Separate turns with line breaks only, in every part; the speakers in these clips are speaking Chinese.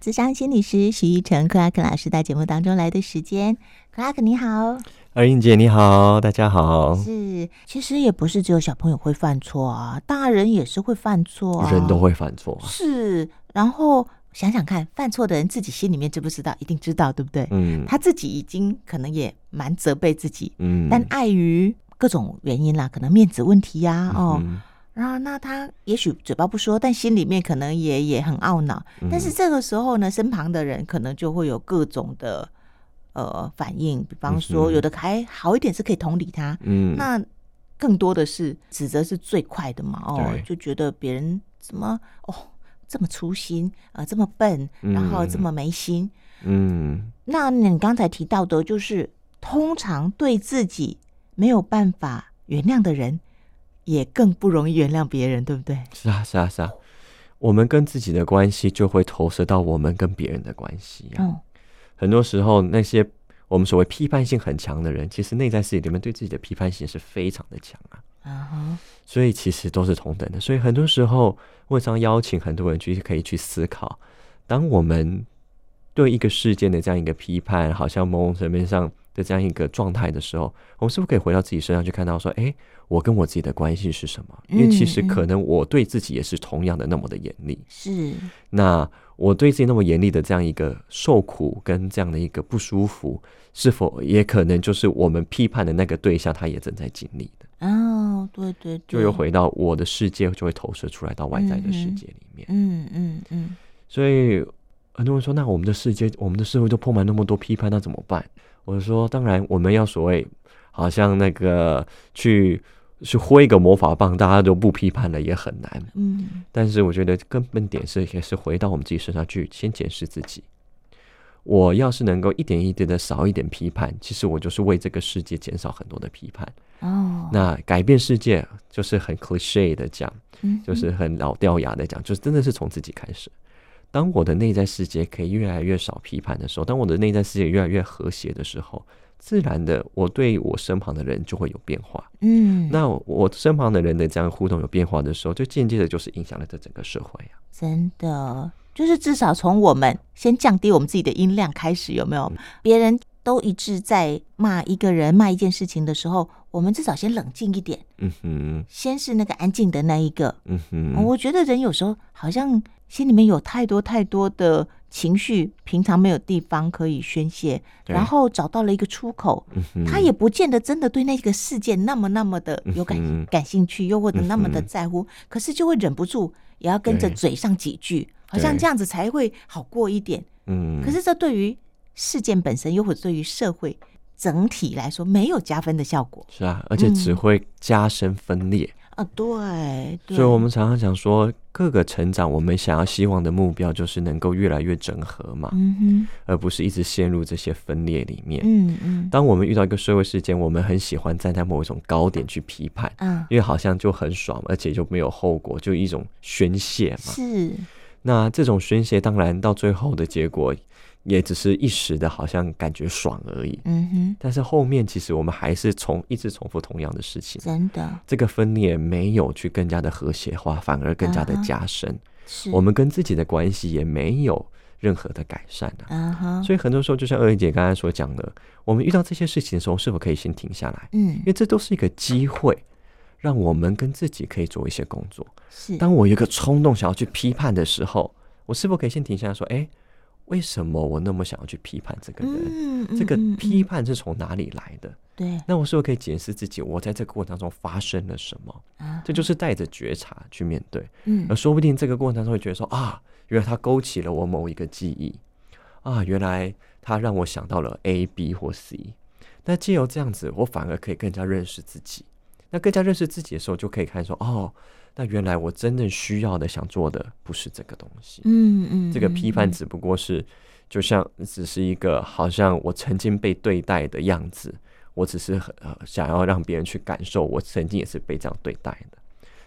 资商心理师徐一成 Clark 老师到节目当中来的时间，Clark 你好，
二英姐你好，大家好。
是，其实也不是只有小朋友会犯错啊，大人也是会犯错、啊，
人都会犯错，
是。然后想想看，犯错的人自己心里面知不知道？一定知道，对不对？
嗯
他自己已经可能也蛮责备自己，
嗯
但碍于各种原因啦，可能面子问题呀、哦。
嗯
然后，那他也许嘴巴不说，但心里面可能也也很懊恼。
嗯
但是这个时候呢，身旁的人可能就会有各种的呃反应，比方说，
嗯哼
有的还好一点是可以同理他，
嗯
那更多的是指责是最快的嘛，哦
对，
就觉得别人怎么哦这么粗心啊、呃这么笨，
嗯
然后这么没心。
嗯
那你刚才提到的，就是通常对自己没有办法原谅的人，也更不容易原谅别人，对不对？
是啊是啊是啊，我们跟自己的关系就会投射到我们跟别人的关系啊。
哦，
很多时候那些我们所谓批判性很强的人，其实内在世界里面对自己的批判性是非常的强啊。
啊哈，
所以其实都是同等的。所以很多时候，问上邀请很多人去可以去思考，当我们对一个事件的这样一个批判，好像某种层面上的这样一个状态的时候，我们是不是可以回到自己身上去看到说，诶，我跟我自己的关系是什么？因为其实
嗯嗯
可能我对自己也是同样的那么的严厉。
是，
那我对自己那么严厉的这样一个受苦跟这样的一个不舒服，是否也可能就是我们批判的那个对象他也正在经历的？
哦，对对对，
就又回到我的世界，就会投射出来到外在的世界里面。
嗯嗯嗯，
所以很多人说，那我们的世界，我们的社会都充满那么多批判，那怎么办？我就说，当然我们要所谓好像那个去去挥一个魔法棒，大家都不批判了也很难。
嗯
但是我觉得根本点是也是回到我们自己身上去，先检视自己。我要是能够一点一点的少一点批判，其实我就是为这个世界减少很多的批判。
哦，
那改变世界就是很 cliche 的讲，
嗯
就是很老掉牙的讲，就是真的是从自己开始。当我的内在世界可以越来越少批判的时候，当我的内在世界越来越和谐的时候，自然的我对我身旁的人就会有变化。
嗯，
那我身旁的人的这样互动有变化的时候，就间接的就是影响了这整个社会啊。
真的，就是至少从我们先降低我们自己的音量开始，有没有？
嗯
别人都一致在骂一个人、骂一件事情的时候，我们至少先冷静一点，
嗯哼，
先是那个安静的那一个。
嗯
哦
哼，
我觉得人有时候好像心里面有太多太多的情绪，平常没有地方可以宣泄，
对
然后找到了一个出口，
嗯哼，
他也不见得真的对那个事件那么那么的有感、
嗯哼
感兴趣，又或者那么的
嗯哼
在乎，可是就会忍不住也要跟着
对
嘴上几句，好像
对
这样子才会好过一点。
嗯，
可是这对于事件本身，又或者对于社会整体来说，没有加分的效果
是啊，而且只会加深分裂。
啊！对，嗯对
所以，我们常常想说，各个成长，我们想要希望的目标就是能够越来越整合嘛，
嗯
而不是一直陷入这些分裂里面
哼，。嗯嗯
当我们遇到一个社会事件，我们很喜欢站在某一种高点去批判，
啊，
因为好像就很爽，而且就没有后果，就一种宣泄嘛。
是
那这种宣泄，当然到最后的结果，也只是一时的，好像感觉爽而已。
嗯哼，
但是后面其实我们还是重一直重复同样的事情，
真的
这个分裂没有去更加的和谐化，反而更加的加深。
是
我们跟自己的关系也没有任何的改善啊。
啊哈，
所以很多时候，就像二姨姐刚才所讲的，我们遇到这些事情的时候，是否可以先停下来？
嗯
因为这都是一个机会，让我们跟自己可以做一些工作。
是
当我有一个冲动想要去批判的时候，我是否可以先停下来说：“哎，为什么我那么想要去批判这个人？
嗯
这个
嗯嗯
批判是从哪里来的？”
对
那我是否可以检视自己，我在这个过程当中发生了什么？
啊
这就是带着觉察去面对。
嗯
而说不定这个过程当中会觉得说啊，原来它勾起了我某一个记忆，啊，原来它让我想到了 A、B 或 C。那借由这样子，我反而可以更加认识自己。那更加认识自己的时候，就可以看说哦，那原来我真正需要的、想做的不是这个东西。
嗯嗯，
这个批判
嗯
只不过是，就像只是一个好像我曾经被对待的样子，我只是很呃想要让别人去感受我曾经也是被这样对待的。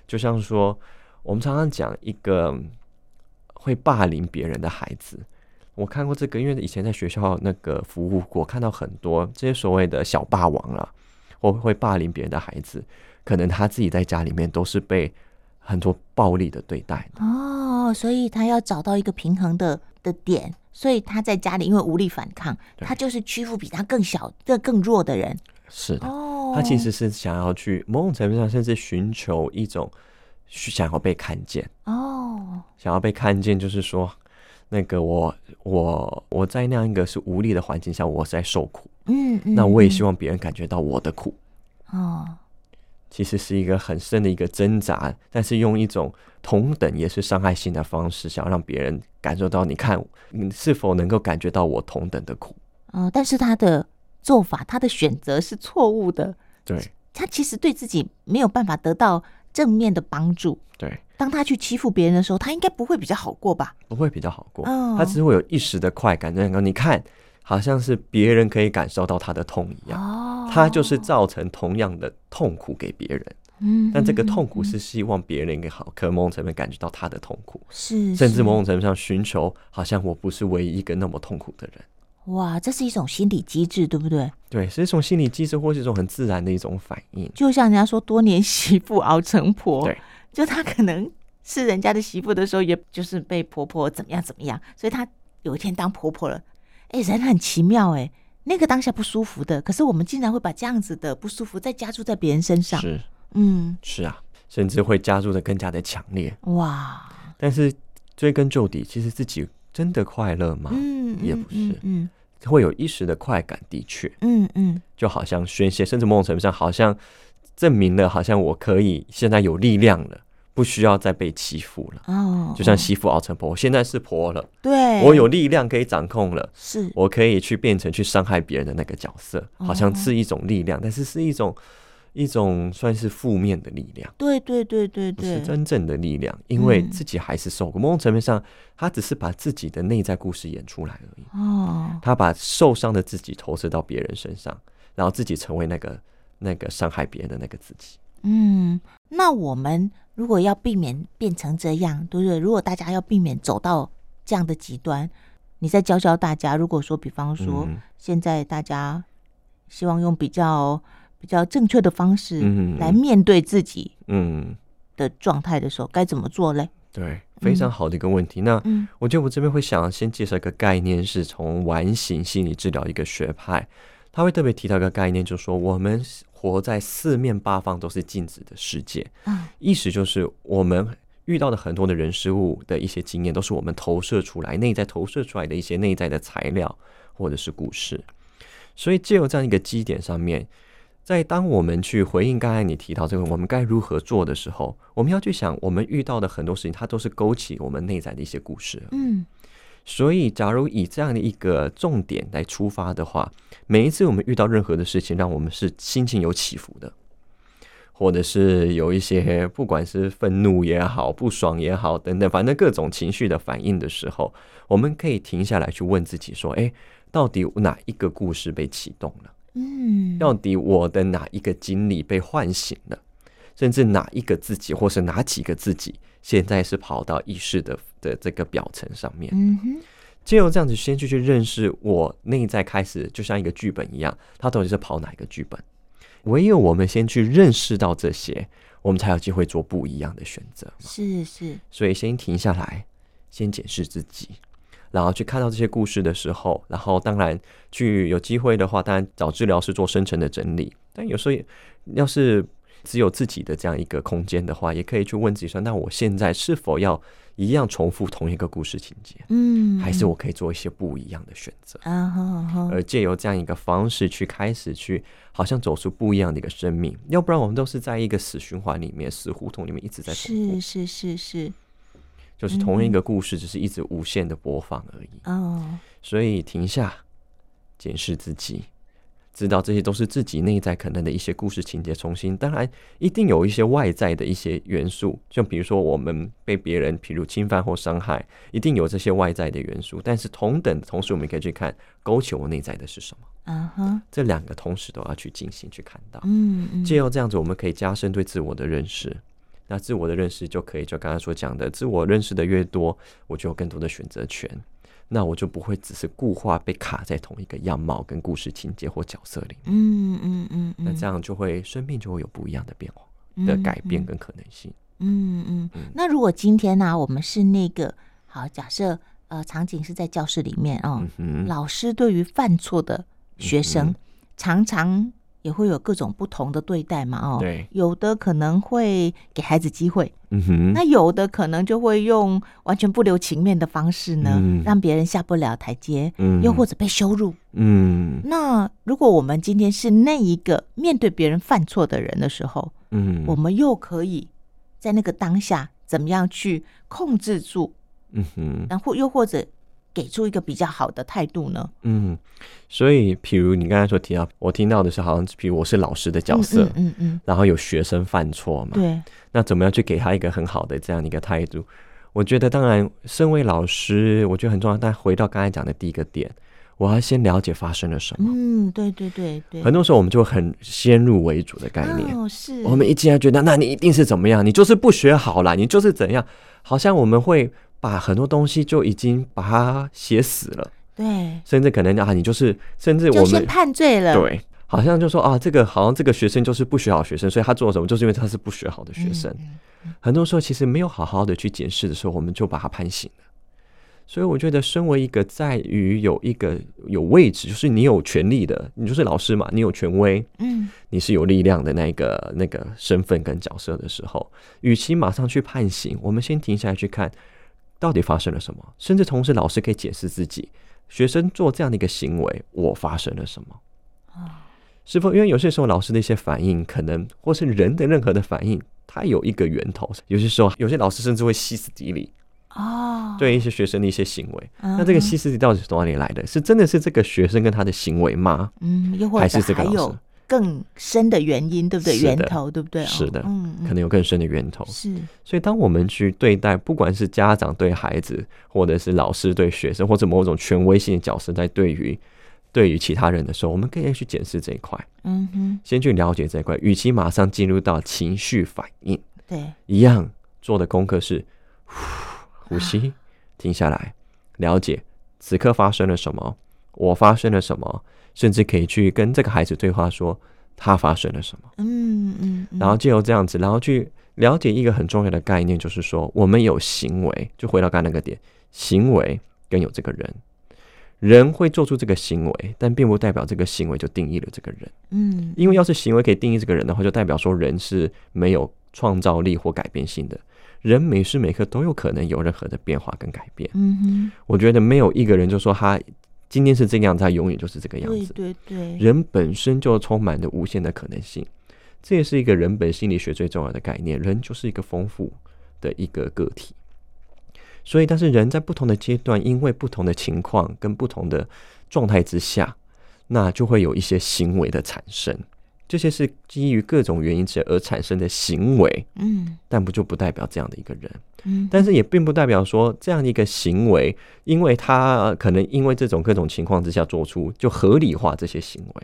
就像说，我们常常讲一个会霸凌别人的孩子，我看过这个，因为以前在学校那个服务过，看到很多这些所谓的小霸王啦，或会霸凌别人的孩子，可能他自己在家里面都是被很多暴力的对待的。
哦，所以他要找到一个平衡的的点，所以他在家里因为无力反抗，
对
他就是屈服比他更小、更更弱的人。
是的，
哦，
他其实是想要去某种程度上，甚至寻求一种想要被看见。
哦，
想要被看见，就是说，那个我我我在那样一个是无力的环境下，我是在受苦，
嗯，嗯
那我也希望别人感觉到我的苦，
哦，
其实是一个很深的一个挣扎，但是用一种同等也是伤害性的方式，想要让别人感受到，你看你是否能够感觉到我同等的苦？
呃，但是他的做法、他的选择是错误的，
对
他其实对自己没有办法得到正面的帮助。
对，
当他去欺负别人的时候，他应该不会比较好过吧？
不会比较好过，
哦
他只是会有一时的快感，能够你看，好像是别人可以感受到他的痛一样，
哦
他就是造成同样的痛苦给别人。
嗯
但这个
嗯
痛苦是希望别人也好，可某种层面感觉到他的痛苦，
是
甚至
是
某种程度上寻求，好像我不是唯一一个那么痛苦的人。
哇，这是一种心理机制，对不对？
对，是一种心理机制，或是一种很自然的一种反应。
就像人家说“多年媳妇熬成婆”，
对，
就她可能是人家的媳妇的时候，也就是被婆婆怎么样怎么样，所以她有一天当婆婆了。哎，人很奇妙哎、那个当下不舒服的，可是我们竟然会把这样子的不舒服再加注在别人身上。
是
嗯，
是啊，甚至会加入的更加的强烈。
哇，
但是追根究底，其实自己真的快乐吗？
嗯，
也不是
嗯
会有一时的快感，的确，
嗯嗯嗯，
就好像宣泄，甚至某种程度上好像证明了，好像我可以现在有力量了，不需要再被欺负了。
哦，
就像媳妇熬成婆，我现在是婆了。
对，
我有力量可以掌控了，
是
我可以去变成去伤害别人的那个角色，好像是一种力量，但是是一种一种算是负面的力量，
对对对对
不是
对，
真正的力量，因为
嗯
自己还是受过。某种层面上，他只是把自己的内在故事演出来而已，
哦，
他把受伤的自己投射到别人身上，然后自己成为那个那个伤害别人的那个自己。
嗯，那我们如果要避免变成这样，对不对？如果大家要避免走到这样的极端，你再教教大家。如果说，比方说，
嗯
现在大家希望用比较比较正确的方式
嗯
来面对自己
嗯，
的状态的时候，该怎么做嘞？
对，非常好的一个问题。那
嗯
我觉得我这边会想先介绍一个概念，是从完形心理治疗一个学派，他会特别提到一个概念，就是说我们活在四面八方都是镜子的世界，
啊，
意思就是我们遇到的很多的人事物的一些经验，都是我们投射出来、内在投射出来的一些内在的材料或者是故事。所以借由这样一个基点上面，在当我们去回应刚才你提到这个我们该如何做的时候，我们要去想，我们遇到的很多事情，它都是勾起我们内在的一些故事。
嗯
所以，假如以这样的一个重点来出发的话，每一次我们遇到任何的事情，让我们是心情有起伏的，或者是有一些不管是愤怒也好、不爽也好等等，反正各种情绪的反应的时候，我们可以停下来去问自己说：“诶，到底哪一个故事被启动了？
嗯，
到底我的哪一个经历被唤醒了？甚至哪一个自己，或是哪几个自己，现在是跑到意识的的这个表层上面？”
嗯哼，
借由这样子先去去认识我内在，开始就像一个剧本一样，它到底是跑哪一个剧本？唯有我们先去认识到这些，我们才有机会做不一样的选择。
是是，
所以先停下来，先检视自己，然后去看到这些故事的时候，然后当然去有机会的话，当然找治疗师做深层的整理。但有时候也要是只有自己的这样一个空间的话，也可以去问自己说：那我现在是否要一样重复同一个故事情节？
嗯，
还是我可以做一些不一样的选择，
啊哈哈，
而借由这样一个方式去开始去，好像走出不一样的一个生命，要不然我们都是在一个死循环里面、死胡同里面一直在重复，
是嗯是是是，
就是同一个故事，只是一直无限的播放而已。
哦，
所以停下，检视自己，知道这些都是自己内在可能的一些故事情节重新。当然，一定有一些外在的一些元素，就比如说我们被别人譬如侵犯或伤害，一定有这些外在的元素。但是同等同时，我们可以去看勾起我内在的是什么，
啊哈，
这两个同时都要去进行去看到。
嗯嗯，
借由这样子，我们可以加深对自我的认识。那自我的认识就可以，就刚刚所讲的，自我认识的越多，我就有更多的选择权。那我就不会只是固化被卡在同一个样貌跟故事情节或角色里面。
嗯嗯嗯嗯，
那这样就会生命就会有不一样的变化、的改
嗯
变嗯跟可能性。
嗯嗯，那如果今天呢、我们是那个好，假设呃场景是在教室里面哦，
嗯哼，
老师对于犯错的学生，常常也会有各种不同的对待嘛哦。
对，
有的可能会给孩子机会，
嗯哼，
那有的可能就会用完全不留情面的方式呢，
嗯
让别人下不了台阶，
嗯
又或者被羞辱。
嗯
那如果我们今天是那一个面对别人犯错的人的时候，
嗯，
我们又可以在那个当下怎么样去控制住，
嗯哼，
然后又或者给出一个比较好的态度呢？
嗯，所以，譬如你刚才所提到，我听到的是好像，譬如我是老师的角色，
嗯嗯嗯
然后有学生犯错嘛
嗯，，对，
那怎么样去给他一个很好的这样的一个态度？我觉得，当然，身为老师，我觉得很重要。但回到刚才讲的第一个点，我要先了解发生了什么。
嗯，对对对对，
很多时候，我们就很先入为主的概念，
哦，是
我们一进来觉得，那你一定是怎么样，你就是不学好啦，你就是怎样，好像我们会把很多东西就已经把它写死了，
对，
甚至可能啊，你就是，甚至我
就
们
先判罪了，嗯
对，好像就说啊，这个好像这个学生就是不学好学生，所以他做了什么，就是因为他是不学好的
嗯，
学生。
嗯
很多时候其实没有好好的去检视的时候，我们就把他判刑了。所以我觉得，身为一个在于有一个有位置，就是你有权利的，你就是老师嘛，你有权威，
嗯，
你是有力量的那个那个身份跟角色的时候，与其马上去判刑，我们先停下来去看到底发生了什么，甚至同时老师可以解释自己，学生做这样的一个行为，我发生了什么。
哦
是否因为有些时候老师的一些反应，可能或是人的任何的反应，它有一个源头。有些时候，有些老师甚至会歇斯底里
哦，
对一些学生的一些行为。
嗯哼，
那这个歇斯底里到底是从哪里来的？是真的是这个学生跟他的行为吗？
嗯，又或
还
者
是这个
还
老师
有更深的原因，对不对？
是的
源头，对不对？哦
是的
嗯，嗯
可能有更深的源头。
是，
所以，当我们去对待，不管是家长对孩子，或者是老师对学生，或者某种权威性的角色在对于对于其他人的时候，我们可以去检视这一块，
嗯哼，
先去了解这一块，与其马上进入到情绪反应。
对，
一样做的功课是呼呼吸，停下来，了解此刻发生了什么，我发生了什么，甚至可以去跟这个孩子对话说，他发生了什么，
嗯嗯，嗯
然后借由这样子，然后去了解一个很重要的概念，就是说我们有行为，就回到刚才那个点，行为跟有这个人。人会做出这个行为，但并不代表这个行为就定义了这个人。
嗯，
因为要是行为可以定义这个人的话，就代表说人是没有创造力或改变性的。人每时每刻都有可能有任何的变化跟改变。
嗯
我觉得没有一个人就说他今天是这个样子，他永远就是这个
哼，
样
对
子。
对对，
人本身就充满着无限的可能性，这也是一个人本心理学最重要的概念。人就是一个丰富的一个个体，所以，但是人在不同的阶段，因为不同的情况跟不同的状态之下，那就会有一些行为的产生。这些是基于各种原因之而产生的行为，
嗯
但不就不代表这样的一个人。
嗯，
但是也并不代表说这样的一个行为，因为他呃可能因为这种各种情况之下做出，就合理化这些行为。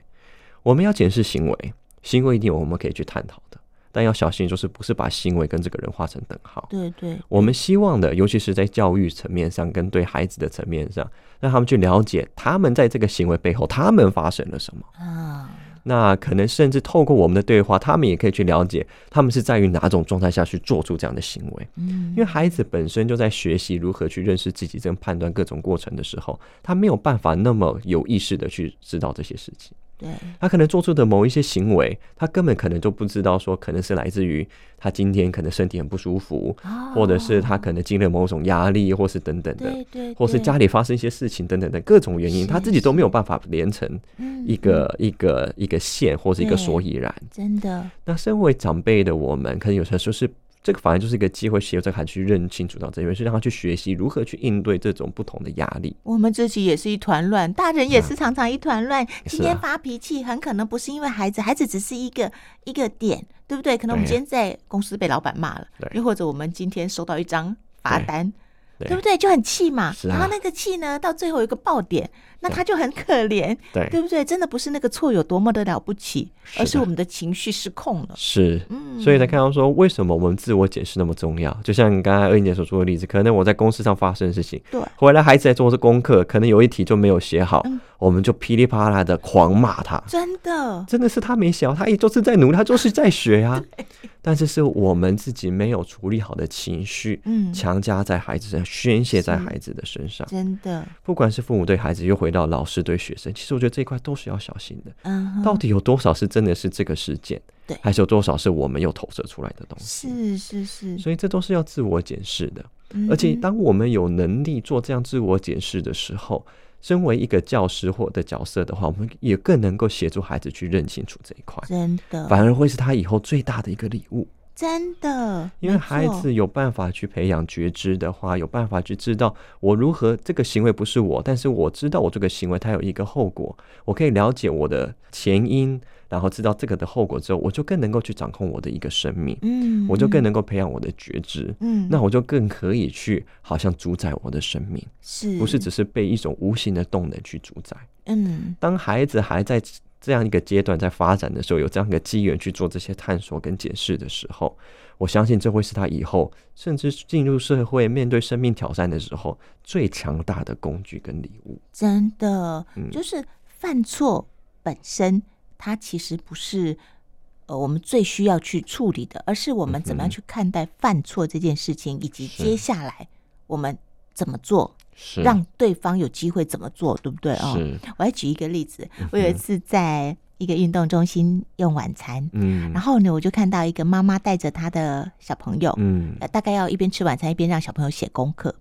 我们要检视行为，行为一定有我们可以去探讨的，但要小心，就是不是把行为跟这个人画成等号。
对对，
我们希望的，尤其是在教育层面上跟对孩子的层面上，让他们去了解他们在这个行为背后他们发生了什么。
啊，
那可能甚至透过我们的对话，他们也可以去了解他们是在于哪种状态下去做出这样的行为。
嗯，
因为孩子本身就在学习如何去认识自己、跟判断各种过程的时候，他没有办法那么有意识的去知道这些事情。
对，
他可能做出的某一些行为，他根本可能就不知道说，可能是来自于他今天可能身体很不舒服，或者是他可能经历了某种压力，或是等等
哦对
的，
对哦对，
或是家里发生一些事情等等的各种原因，
是
他自己都没有办法连成
嗯
一个一个一个线或是一个所以然。
真的，
那身为长辈的我们，可能有时候就是这个，反而就是一个机会，协助这个孩子去认清楚到这边，是让他去学习如何去应对这种不同的压力。
我们自己也是一团乱，大人也是常常一团乱。今天
嗯啊
发脾气，很可能不是因为孩子，孩子只是一个一个点，对不对？可能我们
对
今天在公司被老板骂了
对，
又或者我们今天收到一张罚
对
单，
对
对不对？就很气嘛。
是
然后
啊
那个气呢，到最后有一个爆点，那他就很可怜，
对，
对不对？真的不是那个错有多么的了不起，
是
而是
的
我们的情绪失控了。
是。
嗯，
所以才看到说，为什么我们自我解释那么重要？就像你刚才二英姐所说的例子，可能我在公司上发生的事情，
对
回来孩子在做功课，可能有一题就没有写好，
嗯
我们就噼里啪啦的狂骂他。
真的，
真的是他没想，他也就是在努力，他就是在 学啊。但是是我们自己没有处理好的情绪，
嗯，
强加在孩子身上，宣泄在
是
孩子的身上。
真的，
不管是父母对孩子，又回到老师对学生，其实我觉得这一块都是要小心的。
嗯哼，
到底有多少是真的是这个事件，
对
还是有多少是我们有投射出来的东西？
是是是，
所以这都是要自我检视的。
嗯
而且，
哼
当我们有能力做这样自我检视的时候，身为一个教师或的角色的话，我们也更能够协助孩子去认清楚这一块，
真的，
反而会是他以后最大的一个礼物。
真的，
因为
没
孩
错
子有办法去培养觉知的话，有办法去知道我如何这个行为不是我，但是我知道我这个行为它有一个后果，我可以了解我的前因，然后知道这个的后果之后，我就更能够去掌控我的一个生命，
嗯，
我就
嗯
更能够培养我的觉知，
嗯，
那我就更可以去好像主宰我的生命，
是
不是只是被一种无形的动能去主宰。
嗯
当孩子还在这样一个阶段在发展的时候，有这样一个机缘去做这些探索跟解释的时候，我相信这会是他以后甚至进入社会、面对生命挑战的时候最强大的工具跟礼物。
真的，
嗯
就是犯错本身，它其实不是呃我们最需要去处理的，而是我们怎么样
嗯哼
去看待犯错这件事情，以及
是
接下来我们怎么做，
是
让对方有机会怎么做，对不对哦？
是嗯
我来举一个例子，我有一次在一个运动中心用晚餐，
嗯
然后呢，我就看到一个妈妈带着她的小朋友，
嗯
呃，大概要一边吃晚餐一边让小朋友写功课。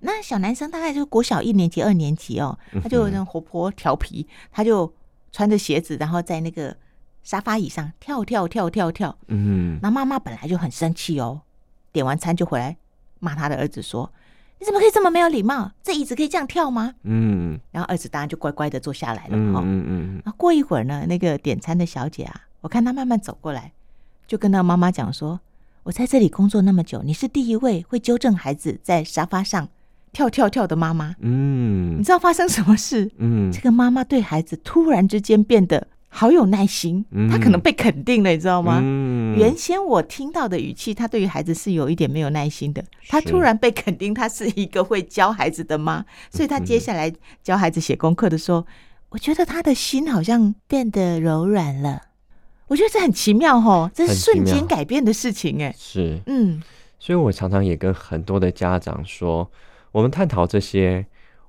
那小男生大概就是国小一年级、二年级哦，他就有那种活泼调皮，他就穿着鞋子，然后在那个沙发椅上跳跳跳跳跳。
嗯
那妈妈本来就很生气哦，点完餐就回来骂他的儿子说：“你怎么可以这么没有礼貌？这椅子可以这样跳吗
嗯？”
然后儿子当然就乖乖的坐下来了
嗯
嘛、哦。
嗯嗯
啊，过一会儿呢，那个点餐的小姐啊，我看她慢慢走过来，就跟那个妈妈讲说：“我在这里工作那么久，你是第一位会纠正孩子在沙发上跳跳跳的妈妈。”你
嗯
知道发生什么事？
嗯
这个妈妈对孩子突然之间变得好有耐心，
嗯
她可能被肯定了，你知道吗？
嗯
原先我听到的语气，她对于孩子是有一点没有耐心的。她
是嗯
突然被肯定，她是一个会教孩子的妈，所以她接下来教孩子写功课的时候，我觉得她的心好像变得柔软了。我觉得这很奇妙哦，这是
很奇
瞬间
妙
改变的事情哎。
是
嗯，
所以我常常也跟很多的家长说，我们探讨这些，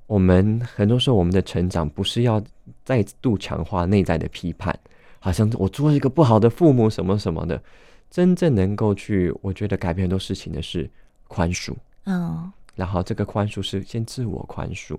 我们很多时候我们的成长不是要再度强化内在的批判，好像我做一个不好的父母什么什么的，真正能够去，我觉得改变很多事情的是宽恕，
哦，
然后这个宽恕是先自我宽恕，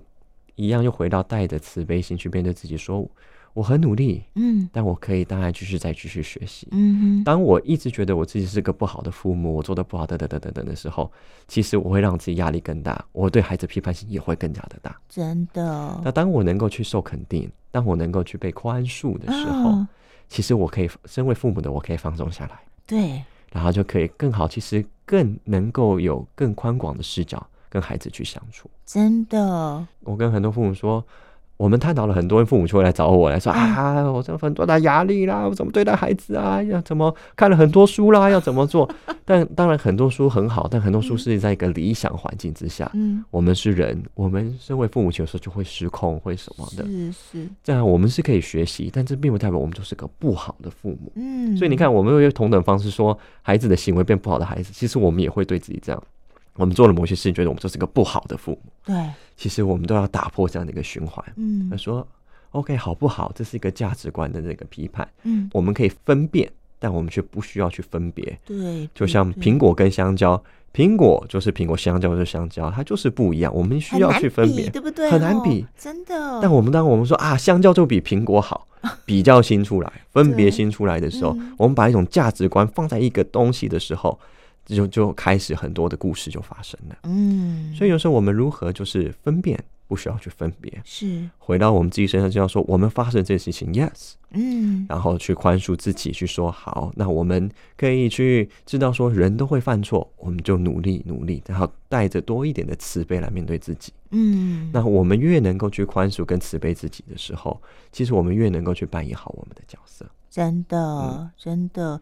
一样又回到带着慈悲心去面对自己说，我很努力，
嗯
但我可以当然继续再继续学习，
嗯哼，
当我一直觉得我自己是个不好的父母，我做的不好，等等等等等的时候，其实我会让自己压力更大，我对孩子批判性也会更加的大。
真的哦
那当我能够去受肯定，当我能够去被宽恕的时候，
哦
其实我可以身为父母的，我可以放松下来，
对，
然后就可以更好，其实更能够有更宽广的视角跟孩子去相处。
真的，哦
我跟很多父母说。我们探讨了很多父母就会来找我来说
嗯
啊，我这很多的压力啦，我怎么对待孩子啊？要怎么看了很多书啦，要怎么做？ 但当然很多书很好，但很多书是在一个理想环境之下。
嗯，
我们是人，我们身为父母有时候就会失控，会什么的。
是是，
这样我们是可以学习，但这并不代表我们就是个不好的父母。
嗯，
所以你看，我们用同等方式说孩子的行为变不好的孩子，其实我们也会对自己这样。我们做了某些事情，觉得我们就是个不好的父母。
对，
其实我们都要打破这样的一个循环。
嗯
他说：“OK，好不好？这是一个价值观的那个批判，
嗯，
我们可以分辨，但我们却不需要去分别。
对，
就
对
像
对
苹果跟香蕉，苹果就是苹果，香蕉就是香蕉，它就是不一样。我们需
很
要
难
去分
比
别。
对不对？
很难
哦
比，
真的。
但我们当我们说啊，香蕉就比苹果好，比较新出来，分别新出来的时候，
嗯
我们把一种价值观放在一个东西的时候，就就开始很多的故事就发生了。
嗯，
所以有时候我们如何就是分辨，不需要去分别。”
是
回到我们自己身上，就要说我们发生这件事情，yes，
嗯，
然后去宽恕自己，去说好，那我们可以去知道说人都会犯错，我们就努力努力，然后带着多一点的慈悲来面对自己。
嗯，
那我们越能够去宽恕跟慈悲自己的时候，其实我们越能够去扮演好我们的角色。
真的，真的，